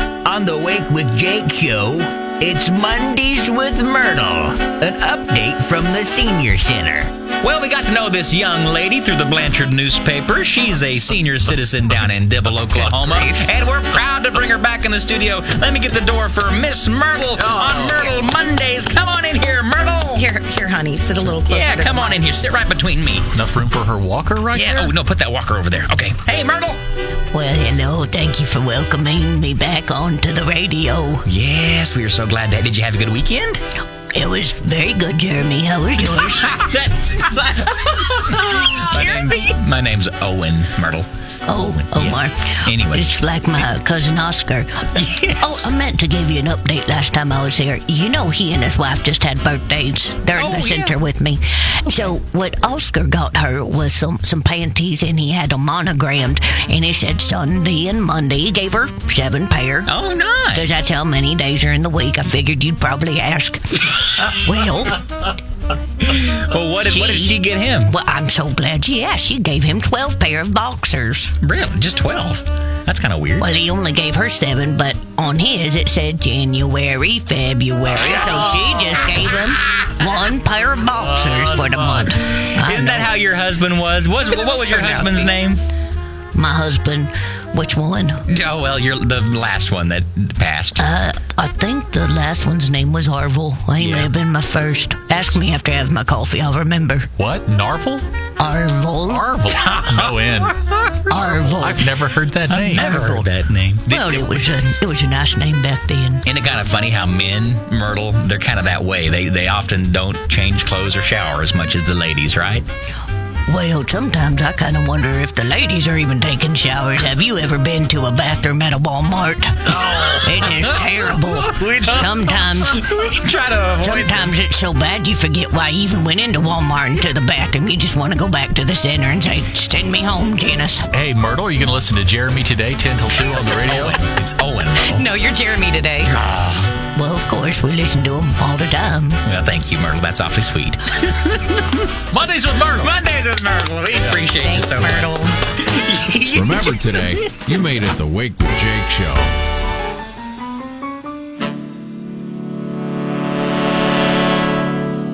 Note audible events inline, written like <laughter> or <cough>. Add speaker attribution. Speaker 1: On the Wake with Jake show, it's Mondays with Myrtle, an update from the Senior Center.
Speaker 2: Well, we got to know this young lady through the Blanchard newspaper. She's a senior citizen down in Dibble, Oklahoma, and we're proud to bring her back in the studio. Let me get the door for Miss Myrtle on Myrtle Mondays. Come on in here, Myrtle.
Speaker 3: Here, here, honey, sit a little closer.
Speaker 2: Yeah,
Speaker 3: to
Speaker 2: come
Speaker 3: the
Speaker 2: on in here. Sit right between me.
Speaker 4: Enough room for her walker right
Speaker 2: Yeah.
Speaker 4: there?
Speaker 2: Oh no, put that walker over there. Okay. Hey, Myrtle.
Speaker 5: Well, hello. Thank you for welcoming me back onto the radio.
Speaker 2: Yes, we are so glad to. Did you have a good weekend?
Speaker 5: It was very good, Jeremy. How was
Speaker 2: <laughs>
Speaker 5: yours?
Speaker 2: That's my, name's, my name's Owen Myrtle.
Speaker 5: oh, Omar.
Speaker 2: Yes. Anyway.
Speaker 5: It's like my cousin Oscar. Oh, I meant to give you an update last time I was here. You know, he and his wife just had birthdays. They're in
Speaker 2: Oh,
Speaker 5: the
Speaker 2: yeah.
Speaker 5: center with me. So, what Oscar got her was some, some panties, and he had them monogrammed. And he said Sunday and Monday. He gave her seven pair.
Speaker 2: Oh, nice.
Speaker 5: Because that's how many days are in the week. I figured you'd probably
Speaker 2: <laughs>
Speaker 5: ask. well,
Speaker 2: Well, what did, what did
Speaker 5: Gee.
Speaker 2: she get him?
Speaker 5: Well, I'm so glad she asked. She gave him 12 pair of boxers.
Speaker 2: Really? Just 12? That's kind of weird.
Speaker 5: Well, he only gave her seven, but on his it said January, February, so she just gave him one pair of boxers for the month. I
Speaker 2: Isn't that
Speaker 5: know.
Speaker 2: how your husband was? was what was your husband's name?
Speaker 5: My husband, which one?
Speaker 2: Oh well, you're the last one that passed.
Speaker 5: I think the last one's name was Arvil. He may
Speaker 2: Yeah.
Speaker 5: have been my first. Ask me after I have my coffee, I'll remember.
Speaker 4: What? Narvel?
Speaker 5: Arvil?
Speaker 2: <laughs>
Speaker 4: Arvel. no end. I've
Speaker 5: Arvil.
Speaker 4: never heard that name.
Speaker 2: Never heard that name. Did-
Speaker 5: Well, it was, a, it was a nice name back then.
Speaker 2: Isn't it kind of funny how men, Myrtle, they're kind of that way. They they often don't change clothes or shower as much as the ladies, right?
Speaker 5: Well, sometimes I kind of wonder if the ladies are even taking showers. Have you ever been to a bathroom at a Walmart? Oh. It is terrible. sometimes,
Speaker 2: <laughs> Try to avoid.
Speaker 5: sometimes it's so bad you forget why you even went into Walmart and to the bathroom. You just want to go back to the center and say, "Send me home, Janice."
Speaker 4: Hey, Myrtle, are you going to listen to Jeremy today, 10 till 2 on the
Speaker 2: It's
Speaker 4: radio?
Speaker 2: Owen. It's Owen.
Speaker 4: <laughs>
Speaker 2: Myrtle.
Speaker 3: No, you're Jeremy today.
Speaker 5: Well, of course, we listen to them all the time.
Speaker 2: Well, thank you, Myrtle. That's awfully sweet.
Speaker 4: Mondays with Myrtle.
Speaker 2: Mondays with Myrtle. We appreciate
Speaker 3: Thanks, Myrtle.
Speaker 6: Remember today, you made it the Wake with Jake show.